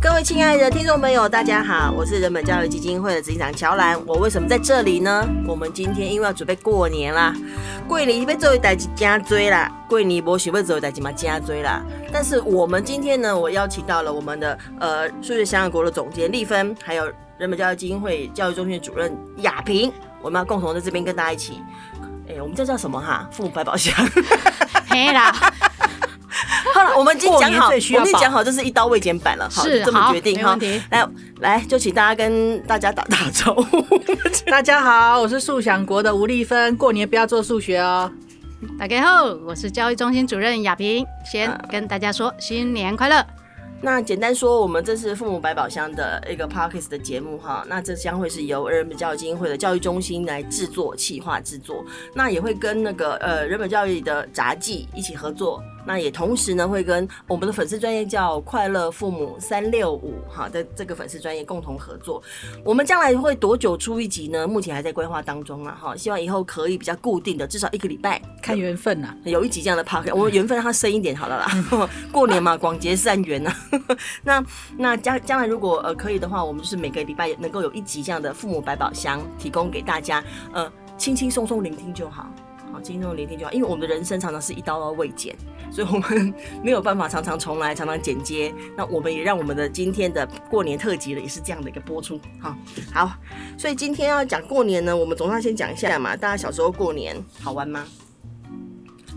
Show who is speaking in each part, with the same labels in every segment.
Speaker 1: 各位亲爱的听众朋友，大家好，我是人本教育基金会的执行长乔兰。我为什么在这里呢？我们今天因为要准备过年啦，过年被做一代加追啦，过年博学被做一代嘛加追啦。但是我们今天呢，我邀请到了我们的呃数学香港国的总监丽芬，还有人本教育基金会教育中心主任雅萍，我们要共同在这边跟大家一起，哎、我们这叫什么哈？父母百宝 箱。
Speaker 2: 嘿啦，
Speaker 1: 好了，我们已经
Speaker 3: 过
Speaker 1: 讲
Speaker 3: 年
Speaker 1: 好，
Speaker 3: 最需
Speaker 1: 我
Speaker 3: 要
Speaker 1: 们已经
Speaker 3: 宝
Speaker 1: 讲好，就是一刀未剪版了，好，
Speaker 2: 是
Speaker 1: 就这么
Speaker 2: 好
Speaker 1: 决定
Speaker 2: 没
Speaker 1: 哈
Speaker 2: 问题。
Speaker 1: 来来，就请大家跟大家打打招呼。
Speaker 3: 大家好，我是速想国的吴丽芬。过年不要做数学哦。
Speaker 2: 大家好，我是教育中心主任雅萍，
Speaker 1: 啊
Speaker 2: 先跟大家说新年快乐。
Speaker 1: 那简单说，我们这是父母百宝箱的一个 podcast 的节目哈，那这将会是由人本教育基金会的教育中心来制作、企划制作，那也会跟那个呃人本教育的杂技一起合作。那也同时呢，会跟我们的粉丝专业叫“快乐父母三六五”哈的这个粉丝专业共同合作。我们将来会多久出一集呢？目前还在规划当中啊哈，希望以后可以比较固定的，至少一个礼拜
Speaker 3: 看缘分啊呐、
Speaker 1: 有一集这样的 p a r k 我们缘分让它深一点好了啦。过年嘛，广结善缘呐、啊 那那将将来如果呃可以的话，我们就是每个礼拜能够有一集这样的父母百宝箱提供给大家，呃，轻轻松松聆听就好。好，轻轻松松聆听就好，因为我们的人生常常是一刀刀未剪，所以我们没有办法常常重来，常常剪接。那我们也让我们的今天的过年特辑呢，也是这样的一个播出。好，好，所以今天要讲过年呢，我们总要先讲一下嘛，大家小时候过年好玩吗？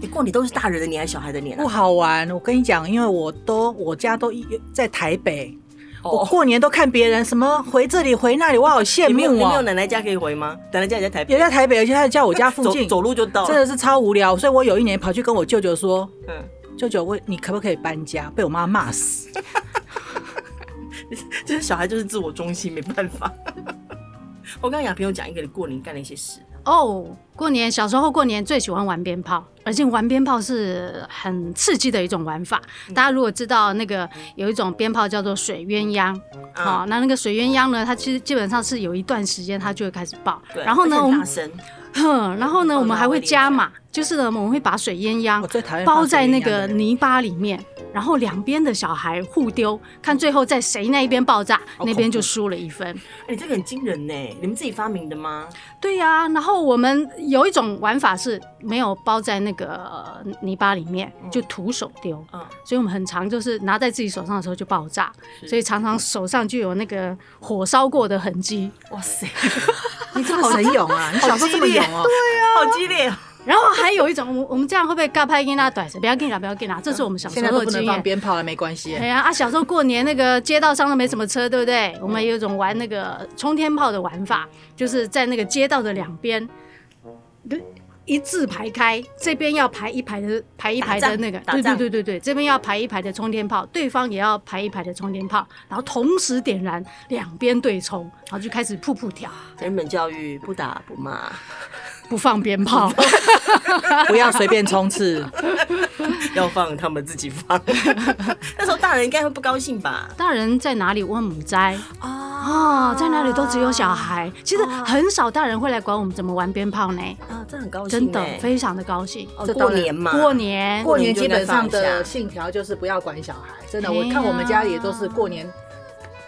Speaker 1: 你过年都是大人的年还是小孩的年啊
Speaker 3: 不？好玩。我跟你讲，因为我都我家都一在台北，我
Speaker 1: 哦，
Speaker 3: 过年都看别人什么回这里回那里，我好羡
Speaker 1: 你没有你
Speaker 3: 慕
Speaker 1: 没有
Speaker 3: 哦。
Speaker 1: 奶奶家可以回吗？奶奶家也在台北，
Speaker 3: 也在台北，而且他在我家附
Speaker 1: 走
Speaker 3: 近，
Speaker 1: 走路就到
Speaker 3: 真
Speaker 1: 了。
Speaker 3: 的是超无聊。所以我有一年跑去跟我舅舅说
Speaker 1: 嗯，：“
Speaker 3: 舅舅，我你可不可以搬家？”被我妈骂 死。
Speaker 1: 就是小孩就是自我中心，没办法。 我刚刚雅萍有讲一个你过年干了一些事，
Speaker 2: 哦，过年小时候过年最喜欢玩鞭炮，而且玩鞭炮是很刺激的一种玩法。
Speaker 1: 嗯
Speaker 2: 大家如果知道那个有一种鞭炮叫做水鸳鸯，
Speaker 1: 啊
Speaker 2: 哦，那那个水鸳鸯呢，它其实基本上是有一段时间它就会开始爆，
Speaker 1: 对，
Speaker 2: 然后呢，
Speaker 1: 而且
Speaker 2: 我
Speaker 1: 很
Speaker 2: 们
Speaker 1: 大声，
Speaker 2: 哼，然后呢，
Speaker 1: 哦
Speaker 2: 我们还会加
Speaker 1: 那
Speaker 2: 码，就是呢，我们会把水鸳鸯
Speaker 3: 我最讨厌
Speaker 2: 包
Speaker 3: 哎放水
Speaker 2: 在
Speaker 3: 鸳
Speaker 2: 那
Speaker 3: 鸯的
Speaker 2: 个
Speaker 3: 人
Speaker 2: 泥巴里面，然后两边的小孩互丢，看最后在谁那一边爆炸，
Speaker 3: 恐怖
Speaker 2: 那边就输了一分。
Speaker 1: 哎、你这个很惊人呢，你们自己发明的吗？
Speaker 2: 对呀、然后我们有一种玩法是没有包在那个呃泥巴里面，就徒手丢，
Speaker 1: 嗯，
Speaker 2: 所以我们很常就是拿在自己手上的时候就爆炸，
Speaker 1: 是
Speaker 2: 所以常常手上就有那个火烧过的痕迹。
Speaker 1: 哇塞，
Speaker 3: 你这么神勇 啊！你小时候这么勇哦、
Speaker 1: 好激烈哦！
Speaker 2: 然后还有一种，我我们这样会不会尬拍给那短？不要给啦，不要给啦，这是我们小时
Speaker 3: 现在都
Speaker 2: 候
Speaker 3: 不
Speaker 2: 的经
Speaker 3: 能
Speaker 2: 验
Speaker 3: 放。鞭炮了，没关 系。
Speaker 2: 对呀、啊，小时候过年那个街道上都没什么车，对不对？我们有一种玩那个冲天炮的玩法，就是在那个街道的两边，不一字排开，这边要排一排的，排一排
Speaker 1: 打
Speaker 2: 的
Speaker 1: 仗
Speaker 2: 那个，
Speaker 1: 打
Speaker 2: 对对
Speaker 1: 仗
Speaker 2: 对对对，这边要排一排的冲天炮，对方也要排一排的冲天炮，然后同时点燃，两边对冲，然后就开始噗噗跳，
Speaker 1: 人本教育不打不骂，
Speaker 2: 不放鞭炮。
Speaker 3: 不要随便冲刺。
Speaker 1: 要放他们自己放。 那时候大人应该会不高兴吧？
Speaker 2: 大人在哪里问母灾？
Speaker 1: 啊
Speaker 2: 哦，在哪里都只有小
Speaker 1: 哦
Speaker 2: 孩，其实很少大人会来管我们怎么玩鞭炮呢。
Speaker 1: 啊，这很高兴
Speaker 2: 真
Speaker 1: 呢，
Speaker 2: 的非常的高兴。
Speaker 1: 哦
Speaker 3: 这
Speaker 1: 过
Speaker 3: 当然
Speaker 1: 年嘛，
Speaker 2: 过年，
Speaker 3: 过年基本上
Speaker 1: 过年就应该放
Speaker 3: 的
Speaker 1: 一下
Speaker 3: 信条就是不要管小孩，真的，
Speaker 2: 哎
Speaker 3: 我
Speaker 2: 呀
Speaker 3: 看我们家也都是过年，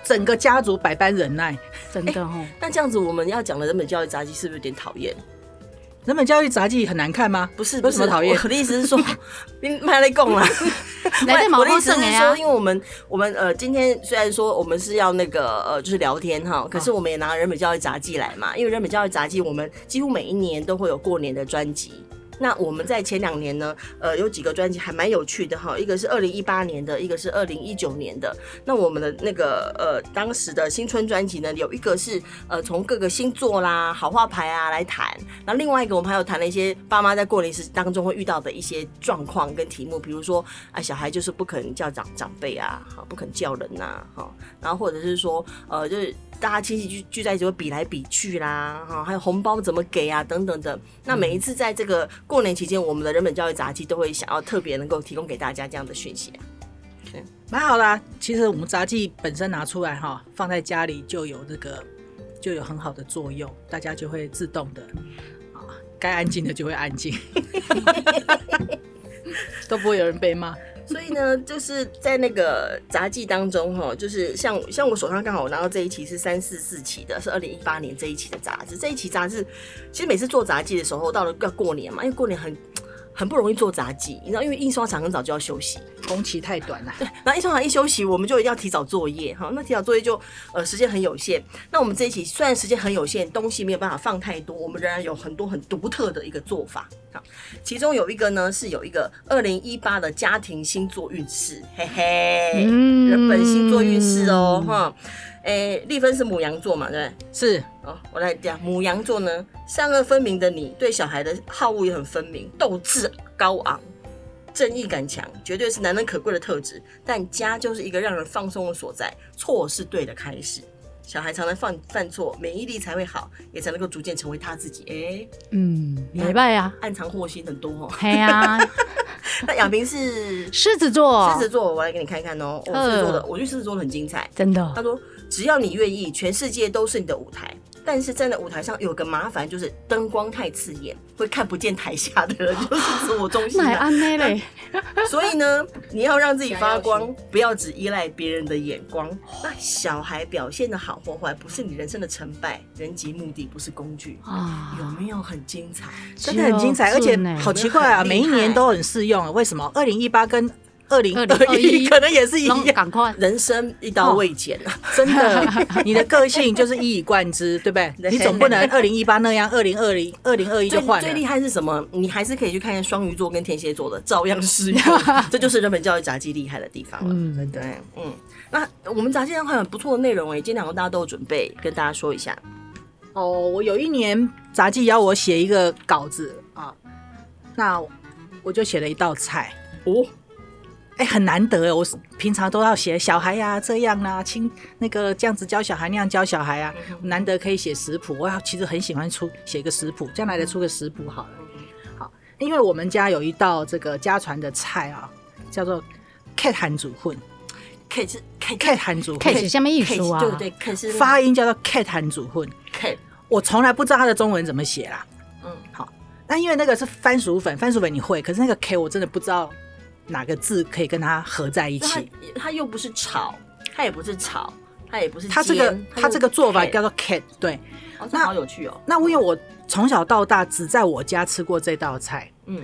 Speaker 3: 整个家族百般忍耐。
Speaker 2: 真的哦，
Speaker 1: 那这样子，我们要讲的人本教育杂技是不是有点讨厌？
Speaker 3: 人本教育杂技很难看吗？
Speaker 1: 不是，
Speaker 3: 为什么
Speaker 1: 不是
Speaker 3: 讨厌
Speaker 1: 我？的意思是说，你卖来供啦。
Speaker 2: 来在毛
Speaker 1: 啊我的
Speaker 2: 毛
Speaker 1: 意思
Speaker 2: 上
Speaker 1: 是
Speaker 2: 哎
Speaker 3: 啊
Speaker 1: 说，
Speaker 2: 呀，
Speaker 1: 因为我们我们呃，今天虽然说我们是要那个呃，就是聊天哈，可
Speaker 3: 哦
Speaker 1: 是我们也拿人本教育杂技来嘛，因为人本教育杂技，我们几乎每一年都会有过年的专辑。那我们在前两年呢，呃，有几个专辑还蛮有趣的哈，一个是二零一八年的，一个是二零一九年的。那我们的那个呃，当时的新春专辑呢，有一个是呃从各个星座啦、好话牌啊来谈，然后另外一个我们还有谈了一些爸妈在过年时当中会遇到的一些状况跟题目，比如说啊小孩就是不肯叫长长辈啊，哈不肯叫人呐、哈、然后或者是说呃就是大家亲戚聚聚在一起会比来比去啦，哈、还有红包怎么给啊等等的。那每一次在这个过年期间，我们的人本教育杂技都会想要特别能够提供给大家这样的讯息啊。
Speaker 3: 蛮好啦，其实我们杂技本身拿出来哈，放在家里就有这个就有很好的作用，大家就会自动的啊， 该安静的就会安静，都不会有人被骂。
Speaker 1: 所以呢，就是在那个杂技当中哈，就是像像我手上刚好我拿到这一期是三四四期的，是二零一八年这一期的杂志。这一期杂志其实每次做杂技的时候，到了要过年嘛，因为过年很很不容易做杂技，你知道，因为印刷厂很早就要休息，
Speaker 3: 工期太短了，
Speaker 1: 然后印刷厂一休息，我们就一定要提早作业哈。那提早作业就呃时间很有限。那我们这一期虽然时间很有限，东西没有办法放太多，我们仍然有很多很独特的一个做法。好，其中有一个呢是有一个呃二零一八的家庭星座运势，嘿嘿，
Speaker 2: 嗯
Speaker 1: 日哎本星座运势哦哈。诶，丽芬是母羊座嘛，对不对？
Speaker 3: 是
Speaker 1: 哦，我来讲母羊座呢，善恶分明的你，对小孩的好恶也很分明，斗志高昂，正义感强，绝对是难能可贵的特质。但家就是一个让人放松的所在，错是对的开始。小孩常常犯犯错，免疫力才会好，也才能够逐渐成为他自己。哎、
Speaker 2: 嗯，没办呀，
Speaker 1: 暗藏祸心很多哦。
Speaker 2: 嘿 呀，
Speaker 1: 那亚萍是狮
Speaker 2: 狮子座，
Speaker 1: 子座，我来给你看看哦。我狮子座的，我觉得狮子座的很精彩。
Speaker 2: 真的
Speaker 1: 他说：“只要你愿意，全世界都是你的舞台。但是站在舞台上有个麻烦，就是灯光太刺眼，会看不见台下的人，就是自我中心
Speaker 2: 那也啊
Speaker 1: 的。
Speaker 2: 安内嘞，
Speaker 1: 所以呢，你要让自己发
Speaker 3: 想
Speaker 1: 光，不要只依赖别人的眼光。那小孩表现的好或坏，不是你人生的成败，人及目的不是工具。嗯有
Speaker 2: 啊，
Speaker 1: 没有很精彩？
Speaker 3: 真的很精彩，
Speaker 1: 哦
Speaker 2: 只
Speaker 3: 而
Speaker 2: 有
Speaker 3: 且
Speaker 2: 准欸
Speaker 3: 好奇怪啊，
Speaker 1: 很厉害
Speaker 3: 每一年都很适用啊。为什么？二零一八跟二零二一
Speaker 2: 2021
Speaker 3: 可能也是一
Speaker 2: 拢
Speaker 3: 样，
Speaker 2: 赶快，
Speaker 1: 人生一刀未剪啊！
Speaker 3: 真的，你的个性就是一以贯之，对不对？
Speaker 1: 对
Speaker 3: 你总不能二零一八那样，二零二零、二零二一就
Speaker 1: 最
Speaker 3: 换
Speaker 1: 最
Speaker 3: 了
Speaker 1: 厉。害是什么？你还是可以去看看双鱼座跟天蝎座的，照样适 用。这就是人本教育杂技厉害的地方了。
Speaker 2: 嗯，
Speaker 1: 对，嗯，那我们杂志上还有很不错的内容哎，今天好像大家都有准备，跟大家说一下。
Speaker 3: 哦，我有一年杂技邀我写一个稿子啊，那我就写了一道菜。
Speaker 1: 哦，
Speaker 3: 哎、很难得哦！我是平常都要写小孩呀、这样啦、亲那个这样子教小孩，那样教小孩啊，难得可以写食谱。我其实很喜欢出写一个食谱，将来的出个食谱好了。好，因为我们家有一道这个家传的菜啊，叫做 cat 韩煮混
Speaker 1: 可以是可以
Speaker 3: ，cat 韩煮
Speaker 2: cat
Speaker 3: 混，
Speaker 2: 是什么意思啊
Speaker 1: 对对，可以是
Speaker 3: 发音叫做 cat 韩煮混。
Speaker 1: 可以，
Speaker 3: 我从来不知道它的中文怎么写啦。
Speaker 1: 嗯，
Speaker 3: 那因为那个是番薯粉，番薯粉你会，可是那个 k 我真的不知道哪个字可以跟它合在一
Speaker 1: 那它
Speaker 3: 起。
Speaker 1: 它又不是炒，它也不是炒，它也不是
Speaker 3: 它这个
Speaker 1: 煎
Speaker 3: 它这个做法，
Speaker 1: 又
Speaker 3: 叫做 cat，
Speaker 1: 不
Speaker 3: 对。
Speaker 1: 是 K 哦这好有趣哦，
Speaker 3: 那因为我从小到大只在我家吃过这道菜，
Speaker 1: 嗯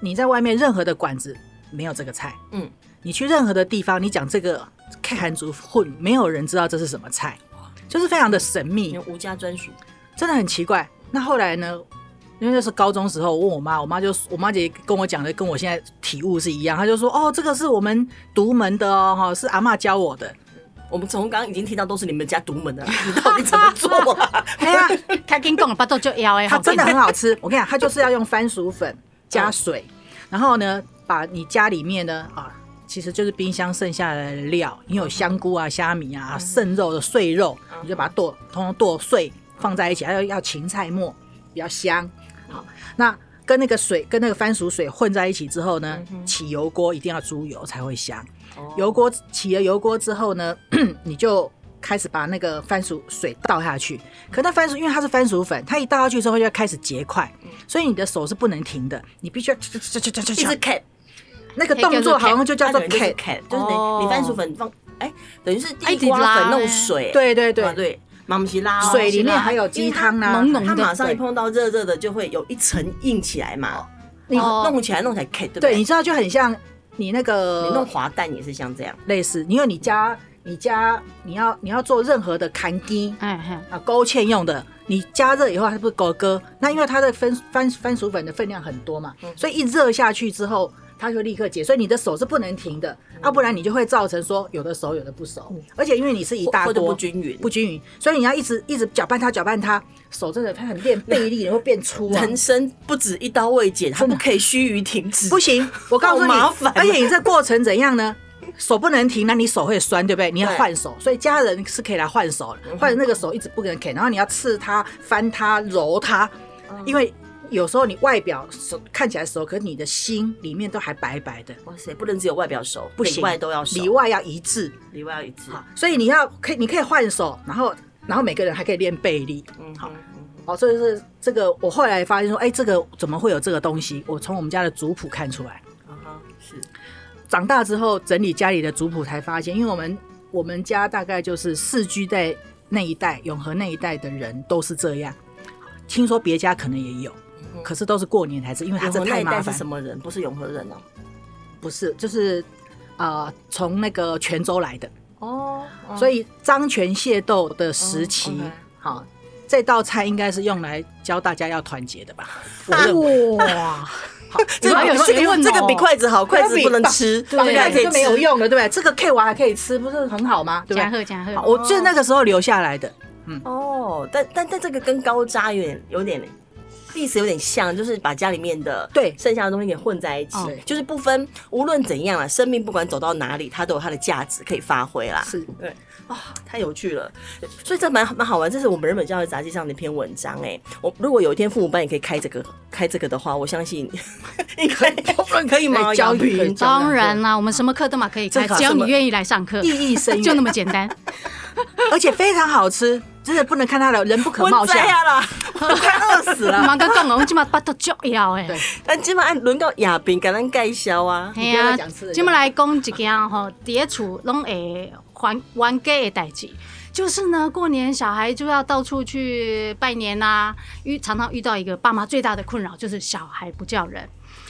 Speaker 3: 你在外面任何的馆子没有这个菜，
Speaker 1: 嗯，
Speaker 3: 你去任何的地方，你讲这个 cat 韩族混，没有人知道这是什么菜，就是非常的神
Speaker 1: 你
Speaker 3: 秘，
Speaker 1: 无家专属，
Speaker 3: 真的很奇怪。那后来呢？因为那是高中时候，我问我妈，我妈就我妈姐跟我讲的，跟我现在体悟是一样。她就说：“哦，这个是我们独门的哦，哈，是阿嬷教我的。
Speaker 1: 我们从刚刚已经听到都是你们家独门的啦，你到底怎么做 啊？
Speaker 3: 哎 呀，
Speaker 2: 他跟讲巴肚就枵哎，
Speaker 3: 它
Speaker 2: 好
Speaker 3: 真的很好吃。我跟你讲，它就是要用番薯粉加水，然后呢，把你家里面呢啊，其实就是冰箱剩下的料，你有香菇啊、虾米啊、剩肉的碎肉，你就把它剁，通通剁碎放在一起，还有要芹菜末，比较香。好，那。跟那个水跟那个番薯水混在一起之后呢，起油锅一定要猪油才会香。油锅起了油锅之后呢， 你就开始把那个番薯水倒下去。可那番薯因为它是番薯粉，它一倒下去之后就会开始结块，所以你的手是不能停的，你必须要
Speaker 1: 一直 K，
Speaker 3: 那个动作好像就叫做
Speaker 1: K
Speaker 3: K。
Speaker 1: K，就是
Speaker 2: 哦
Speaker 1: 你你番薯粉放，哎，等于是
Speaker 2: 哎
Speaker 1: 地
Speaker 2: 一直
Speaker 1: 瓜
Speaker 2: 拉
Speaker 1: 粉弄
Speaker 2: 欸
Speaker 1: 水，
Speaker 3: 对对
Speaker 1: 对
Speaker 3: 对，
Speaker 1: 对，马姆奇拉哦
Speaker 3: 水里面还有鸡汤
Speaker 2: 因为它
Speaker 3: 啊
Speaker 2: 浓，浓
Speaker 1: 它马上一
Speaker 3: 对
Speaker 1: 碰到热热的，就会有一层硬起来嘛。
Speaker 3: 你
Speaker 2: 哦
Speaker 1: 弄起来弄起来 K 对不
Speaker 3: 对，
Speaker 1: 对？
Speaker 3: 你
Speaker 1: 你
Speaker 3: 知道就很像你那
Speaker 1: 弄
Speaker 3: 个
Speaker 1: 滑蛋也是像这样，
Speaker 3: 类似，因为你家你家你要你要做任何的砍鸡，
Speaker 2: 哎嘿，
Speaker 3: 啊勾芡用的，你加热以后它不是勾勾？那因为它的番番番薯粉的分量很多嘛，
Speaker 1: 嗯
Speaker 3: 所以一热下去之后，它就立刻解，所以你的手是不能停的，
Speaker 1: 嗯
Speaker 3: 要、不然你就会造成说有的熟有的不熟，而且因为你是一大
Speaker 1: 或者
Speaker 3: 锅
Speaker 1: 不。均匀。
Speaker 3: 不均匀，所以你要一直一直搅拌它，搅拌它，手真的它很 练臂力，你会变粗啊。
Speaker 1: 人生不止一刀未剪，它不可以须臾停止。
Speaker 3: 不 行，我告诉你，
Speaker 1: 好麻烦啊
Speaker 3: 而且你这过程怎样呢？手不能停，那你手会酸，对不对？你要换手，所以家人是可以来换手
Speaker 1: 嗯
Speaker 3: 的，换那个手一直不能啃，然后你要刺它、翻它、揉它，
Speaker 1: 嗯
Speaker 3: 因为有时候你外表手看起来熟，可是你的心里面都还白白的，
Speaker 1: 哇塞，不能只有外表熟，
Speaker 3: 不行，
Speaker 1: 里外都要熟，
Speaker 3: 里外要一致
Speaker 1: 里外要一致。
Speaker 3: 啊。所以你要可以，你可以换手，然后然后每个人还可以练背力，
Speaker 1: 嗯，
Speaker 3: 好
Speaker 1: 嗯，嗯
Speaker 3: 哦，所以是这个，我后来发现说，哎、这个怎么会有这个东西？我从我们家的族谱看出来。
Speaker 1: 嗯啊哈，是
Speaker 3: 长大之后整理家里的族谱，才发现，因为我们我们家大概就是四居在那一带，永和那一带的人都是这样。听说别家可能也有，可是都是过年才吃，因为它
Speaker 1: 嗯永
Speaker 3: 这
Speaker 1: 和那
Speaker 3: 太
Speaker 1: 一
Speaker 3: 麻
Speaker 1: 带是
Speaker 3: 烦。
Speaker 1: 什么人？不是永和人哦。
Speaker 3: 不是，就是啊，从、那个泉州来的，
Speaker 1: 哦，
Speaker 3: 所
Speaker 1: 以
Speaker 3: 以漳泉械斗的时期
Speaker 1: 嗯，
Speaker 3: 好、这道菜应该是用来教大家要团结的吧？ 我认为。
Speaker 2: 哇，
Speaker 1: 这
Speaker 2: 你
Speaker 1: 个
Speaker 2: 们有
Speaker 1: 这
Speaker 2: 学问
Speaker 1: 个
Speaker 2: 哦
Speaker 1: 这个比筷子好，筷子不能吃，
Speaker 3: 对不
Speaker 1: 还可以吃
Speaker 3: 对？就没有。用了，对不对？这个 K 娃还可以吃，不是很好吗？对
Speaker 2: 加
Speaker 3: 不对？
Speaker 2: 贺加
Speaker 3: 好
Speaker 2: 贺，
Speaker 3: 我就是那个时候留下来的，
Speaker 1: 哦，但但但这个跟高渣有点有点历史有点像，就是把家里面的
Speaker 3: 对
Speaker 1: 剩下的东西给混在一起
Speaker 2: 哦，
Speaker 1: 就是不分无论怎样啊，生命不管走到哪里，它都有它的价值可以发挥啦。啊
Speaker 3: 是
Speaker 1: 太有趣了，所以这蛮蛮好玩。这是我们人本教育杂志上的一篇文章哎、我如果有一天父母班也可以开这个开这个的话，我相信 应该可以吗？
Speaker 3: 教
Speaker 1: 杨
Speaker 3: 育可以
Speaker 1: 平
Speaker 3: 教
Speaker 2: 当然啦，我们什么课都嘛可以开
Speaker 1: 这，个
Speaker 2: 只要
Speaker 1: 什么
Speaker 2: 你愿意来上课，
Speaker 3: 意义深远
Speaker 2: 就那么简 单。
Speaker 3: 而且非常好吃，真的不能看它的人不可
Speaker 1: 我
Speaker 3: 貌相
Speaker 1: 知。啊啦，我快饿死了。
Speaker 2: 忙个讲哦，我今嘛巴肚足枵诶
Speaker 3: 对。
Speaker 1: 但基本上轮到亚平，给咱介绍啊。
Speaker 2: 嘿
Speaker 3: 不要
Speaker 2: 啊
Speaker 3: 再讲吃的，
Speaker 2: 今嘛来讲一件 吼，伫咧厝拢会还还给的代志，就是呢，过年小孩就要到处去拜年呐、遇常常遇到一个爸妈最大的困扰就是小孩不叫人。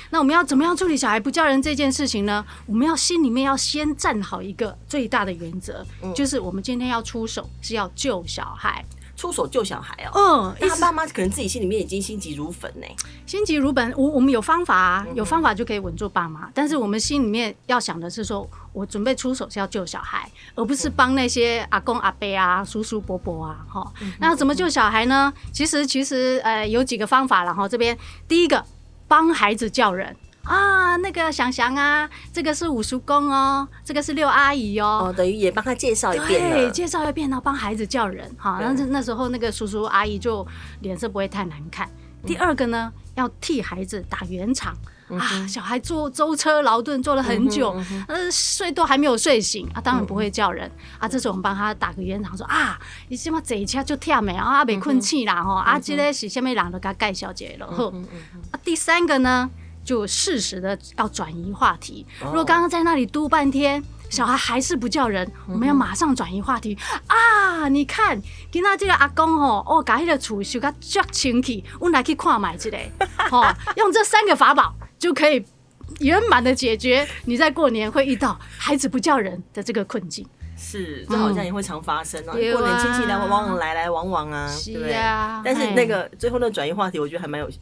Speaker 2: 那我们要怎么样处理小孩不叫人这件事情呢？我们要心里面要先站好一个最大的原则，
Speaker 3: 嗯
Speaker 2: 就是我们今天要出手是要救小孩。
Speaker 1: 出手救小孩哦、
Speaker 2: 嗯，
Speaker 1: 那
Speaker 2: 一
Speaker 1: 他
Speaker 2: 直
Speaker 1: 爸妈可能自己心里面已经心急如焚呢、
Speaker 2: 心急如焚，我我们有方法、啊，有方法就可以稳住爸妈。但是我们心里面要想的是说，我准备出手是要救小孩，而不是帮那些阿公阿伯啊、叔叔伯伯啊，哈。那怎么救小孩呢？其实其实呃有几个方法啦，然后这边第一个帮孩子叫人。啊，那个想想啊，这个是五叔公哦，这个是六阿姨哦
Speaker 1: 哦，等于也帮他介绍一遍
Speaker 2: 对，
Speaker 1: 了。
Speaker 2: 介绍一遍，然后帮孩子叫人哈。
Speaker 1: 对
Speaker 2: 那那时候那个叔叔阿姨就脸色不会太难看。
Speaker 1: 嗯
Speaker 2: 第二个呢，要替孩子打圆场。啊，小孩坐舟车劳顿坐了很久，
Speaker 1: 嗯
Speaker 2: 呃，睡都还没有睡醒啊，当然不会叫人、啊。这时候我们帮他打个圆场，说啊，你这么坐一下就忝的
Speaker 1: 嗯
Speaker 2: 啊，没困气啦吼，啊，这个是下面人就给他介绍一下了吼。
Speaker 1: 嗯
Speaker 2: 啊，第三个呢，就适时的要转移话题。如果刚刚在那里嘟半天，小孩还是不叫人，我们要马上转移话题啊！你看，今仔这个阿公吼，哦，把迄个厝修甲足清气，我们来去看买一个， 吼、用这三个法宝就可以圆满的解决你在过年会遇到孩子不叫人的这个困境。
Speaker 1: 是，这好像也会常发生啊。
Speaker 2: 嗯
Speaker 1: 过年亲戚来往
Speaker 2: 对啊
Speaker 1: 往来来往往啊，
Speaker 2: 是
Speaker 1: 对不对
Speaker 2: 啊
Speaker 1: 但是那个最后那转移话题，我觉得还蛮有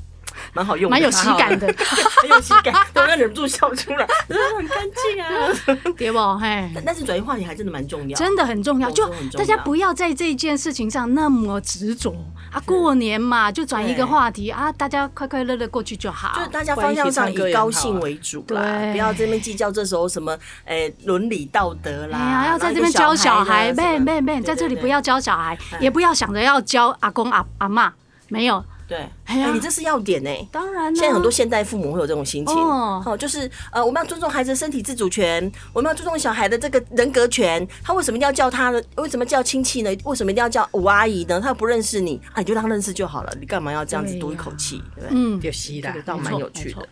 Speaker 1: 蛮好用的，
Speaker 2: 蛮有喜感的，
Speaker 1: 很有喜 感，突然忍不住笑出来，嗯很干净 啊。
Speaker 2: 对不？嘿，
Speaker 1: 但但是转移话题还真的蛮重要，
Speaker 2: 真的很重要，
Speaker 1: 我
Speaker 2: 就
Speaker 1: 觉得很重
Speaker 2: 大家
Speaker 1: 要
Speaker 2: 不要在这件事情上那么执着啊！过年嘛，就转一个话题啊，大家快快乐乐过去就好。
Speaker 1: 就是大家方向上以高兴为主啦，
Speaker 2: 啊对
Speaker 1: 不要这边计较这时候什么诶伦理道德啦。
Speaker 2: 哎呀，要在这边
Speaker 1: 然后
Speaker 2: 教
Speaker 1: 一个
Speaker 2: 小孩，
Speaker 1: 的什么
Speaker 2: 妹妹妹，
Speaker 1: 对
Speaker 2: 在这里
Speaker 1: 对哎
Speaker 2: 不要教小孩，也不要想着要教阿公阿阿妈，没有，
Speaker 1: 对。
Speaker 2: 哎
Speaker 1: 哎
Speaker 2: 呀，
Speaker 1: 你这是要点呢。
Speaker 2: 当然
Speaker 1: 现在很多
Speaker 2: 了。
Speaker 1: 现代父母会有这种心情，
Speaker 2: 哦
Speaker 1: 哦，就是呃，我们要尊重孩子的身体自主权，我们要尊重小孩的这个人格权。他为什么一定要叫他呢？为什么叫亲戚呢？为什么一定要叫五阿姨呢？他又不认识你啊，你就让他认识就好了，你干嘛要这样子
Speaker 2: 对
Speaker 1: 赌一
Speaker 2: 呀
Speaker 1: 口气，对不对？
Speaker 2: 嗯，
Speaker 3: 就稀啦
Speaker 1: 这个倒
Speaker 2: 没
Speaker 1: 蛮
Speaker 2: 错
Speaker 1: 有
Speaker 2: 没
Speaker 1: 趣
Speaker 2: 错
Speaker 1: 的。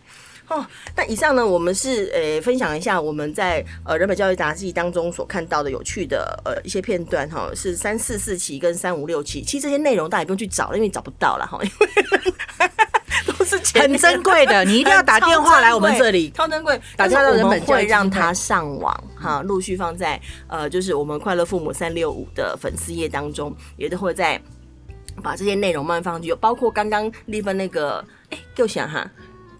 Speaker 1: 哦，那以上呢，我们是呃分享一下我们在呃人本教育杂志当中所看到的有趣的呃一些片段哈，是三四四期跟三五六期，其实这些内容大家也不用去找了，因为找不到了哈，因为都是前面
Speaker 3: 很珍贵 的，你一
Speaker 1: 一
Speaker 3: 定要打电话来我们这里。
Speaker 1: 超珍贵。
Speaker 3: 打
Speaker 1: 但是
Speaker 3: 电话到
Speaker 1: 我
Speaker 3: 人
Speaker 1: 们
Speaker 3: 本教育
Speaker 1: 会
Speaker 3: 基金
Speaker 1: 让
Speaker 3: 会
Speaker 1: 它上网哈，陆续放在呃，就是我们快乐父母三六五的粉丝页当中，也都会在把这些内容慢慢放上去，包括刚刚丽芬那个，哎、给我想哈，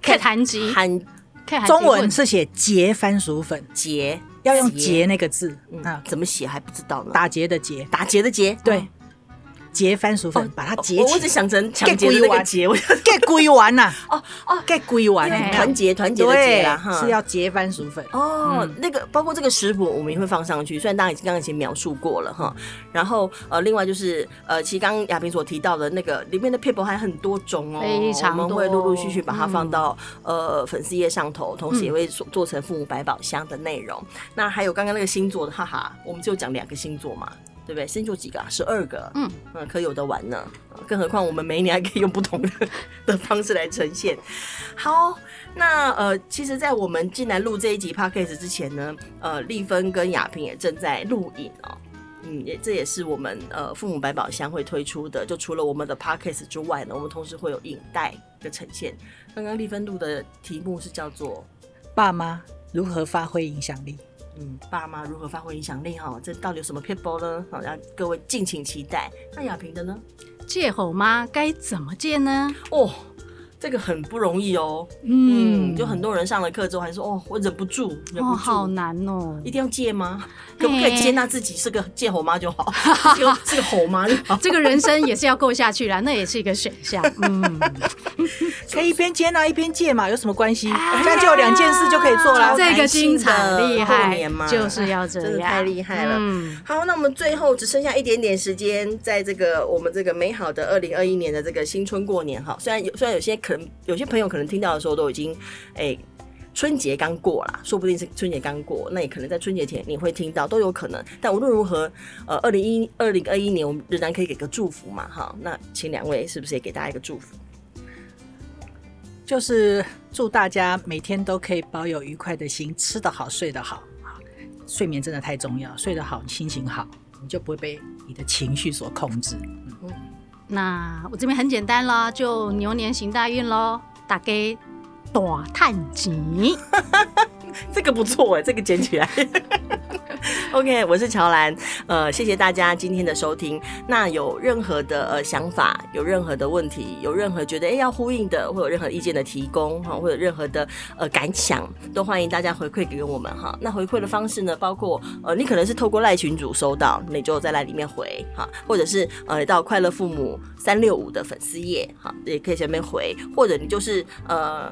Speaker 2: 可以谈及，
Speaker 1: 韩
Speaker 2: 可以谈及
Speaker 3: 中文是写“结番薯粉
Speaker 1: 杰”，
Speaker 3: 要用“
Speaker 1: 结
Speaker 3: 结”那个字
Speaker 1: 嗯
Speaker 3: 啊，，
Speaker 1: 怎么写还不知道呢？
Speaker 3: 打结的“结
Speaker 1: 打结的结，”，嗯
Speaker 3: 对，结番薯粉
Speaker 1: 哦，
Speaker 3: 把它
Speaker 1: 哦
Speaker 3: 结
Speaker 1: 我我
Speaker 3: 起
Speaker 1: 只
Speaker 3: 来，
Speaker 1: 想成抢劫的那个结，我想
Speaker 3: 给归完呐，
Speaker 1: 哦哦，
Speaker 3: 给归完，
Speaker 2: 因为
Speaker 3: 有没有
Speaker 1: 团结团结的结
Speaker 3: 对
Speaker 1: 啦哈，，
Speaker 3: 是要嗯结番薯粉。
Speaker 1: 哦，那个包括这个食谱，我们也会放上去。虽然大家已经刚刚已经描述过了哈，然后呃，另外就是呃，其实刚刚亚萍所提到的那个里面的 people 还很多种哦，
Speaker 2: 非常嗯多
Speaker 1: 我们会陆陆续续把它放到、呃粉丝页上头，同时也会所做成父母百宝箱的内容。那还有刚刚那个星座的，哈哈，我们只有讲两个星座嘛，对不对？生就几个、啊，十二个，
Speaker 2: 嗯
Speaker 1: 嗯，可有的玩呢。啊更何况我们每一年还可以用不同的的方式来呈现。好，那呃，其实，在我们进来录这一集 podcast 之前呢，呃，丽芬跟雅萍也正在录影哦。嗯，也这也是我们呃父母百宝箱会推出的，就除了我们的 podcast 之外呢，我们同时会有影带的呈现。刚刚丽芬录的题目是叫做
Speaker 3: 爸妈如何发挥影响力？
Speaker 1: 嗯，爸妈如何发挥影响力哈？这到底有什么 people 呢？好，让各位敬请期待。那雅萍的呢？
Speaker 2: 借吼妈该怎么借呢？
Speaker 1: 哦，这个很不容易哦。嗯，就很多人上了课之后还说哦，我忍不住，忍
Speaker 2: 哦，
Speaker 1: 不
Speaker 2: 好
Speaker 1: 住。
Speaker 2: 难哦
Speaker 1: 一。定要戒吗？可不可以接纳自己是个戒猴妈就 好，是个是个猴妈就好。
Speaker 2: 这个人生也是要过下去啦，那也是一个选项。嗯，
Speaker 3: 可以一边接纳一边借嘛，有什么关
Speaker 1: 哎
Speaker 3: 系？这样就有两件事就可以做啦。
Speaker 2: 这个精彩
Speaker 1: 男性的
Speaker 2: 厉
Speaker 1: 过
Speaker 2: 害
Speaker 1: 年嘛，
Speaker 2: 就是要这样，
Speaker 1: 真的太厉害了
Speaker 2: 嗯，
Speaker 1: 好，那我们最后只剩下一点点时间，在这个我们这个美好的二零二一年的这个新春过年哈，虽然有虽然有些可能有些朋友可能听到的时候都已经哎。春节刚过啦，说不定是春节刚过，那也可能在春节前你会听到，都有可能。但无论如何，呃，二零一二零二一年，我们仍然可以给个祝福嘛，哈。那请两位是不是也给大家一个祝福？
Speaker 3: 就是祝大家每天都可以保有愉快的心，吃得好，睡得好啊睡眠真的太重要，睡得好，心情好，你就不会被你的情绪所控制。
Speaker 2: 那我这边很简单啦，就牛年行大运喽，大家大探钱。
Speaker 1: 这个不错哎，这个捡起来。OK，我是乔兰，呃，谢谢大家今天的收听。那有任何的呃想法，有任何的问题，有任何觉得哎、诶要呼应的，或有任何意见的提供哈，或者任何的呃感想，都欢迎大家回馈给我们哈。那回馈的方式呢，包括呃你可能是透过赖群主收到，你就在赖里面回哈，或者是呃到快乐父母三六五的粉丝页哈，也可以前面回，或者你就是呃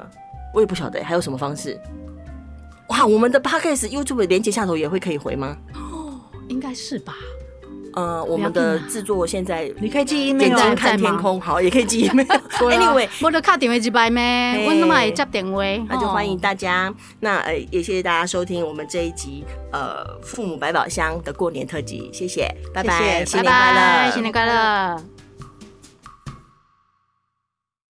Speaker 1: 我也不晓得还有什么方式。哇，我们的 podcast YouTube 连接下头也会可以回吗？
Speaker 2: 应该是吧？
Speaker 1: 呃，我们
Speaker 2: 不要
Speaker 1: 的
Speaker 2: 看啊
Speaker 1: 制作现在
Speaker 3: 你可以寄
Speaker 1: 眼
Speaker 3: email
Speaker 1: 睛
Speaker 2: 在
Speaker 1: 看天
Speaker 2: 忙
Speaker 1: 空，好，也可以记 email。
Speaker 2: 对啊
Speaker 1: anyway，
Speaker 2: 我都打电话几百咩，我都嘛会接电话，哦
Speaker 1: 那就
Speaker 2: 吼
Speaker 1: 欢迎大家，那呃也谢谢大家收听我们这一集呃父母百宝箱的过年特辑，谢谢，拜拜，
Speaker 3: 谢谢
Speaker 1: 新
Speaker 2: 拜
Speaker 1: 年快
Speaker 2: 拜，
Speaker 1: 乐，
Speaker 2: 新年快乐。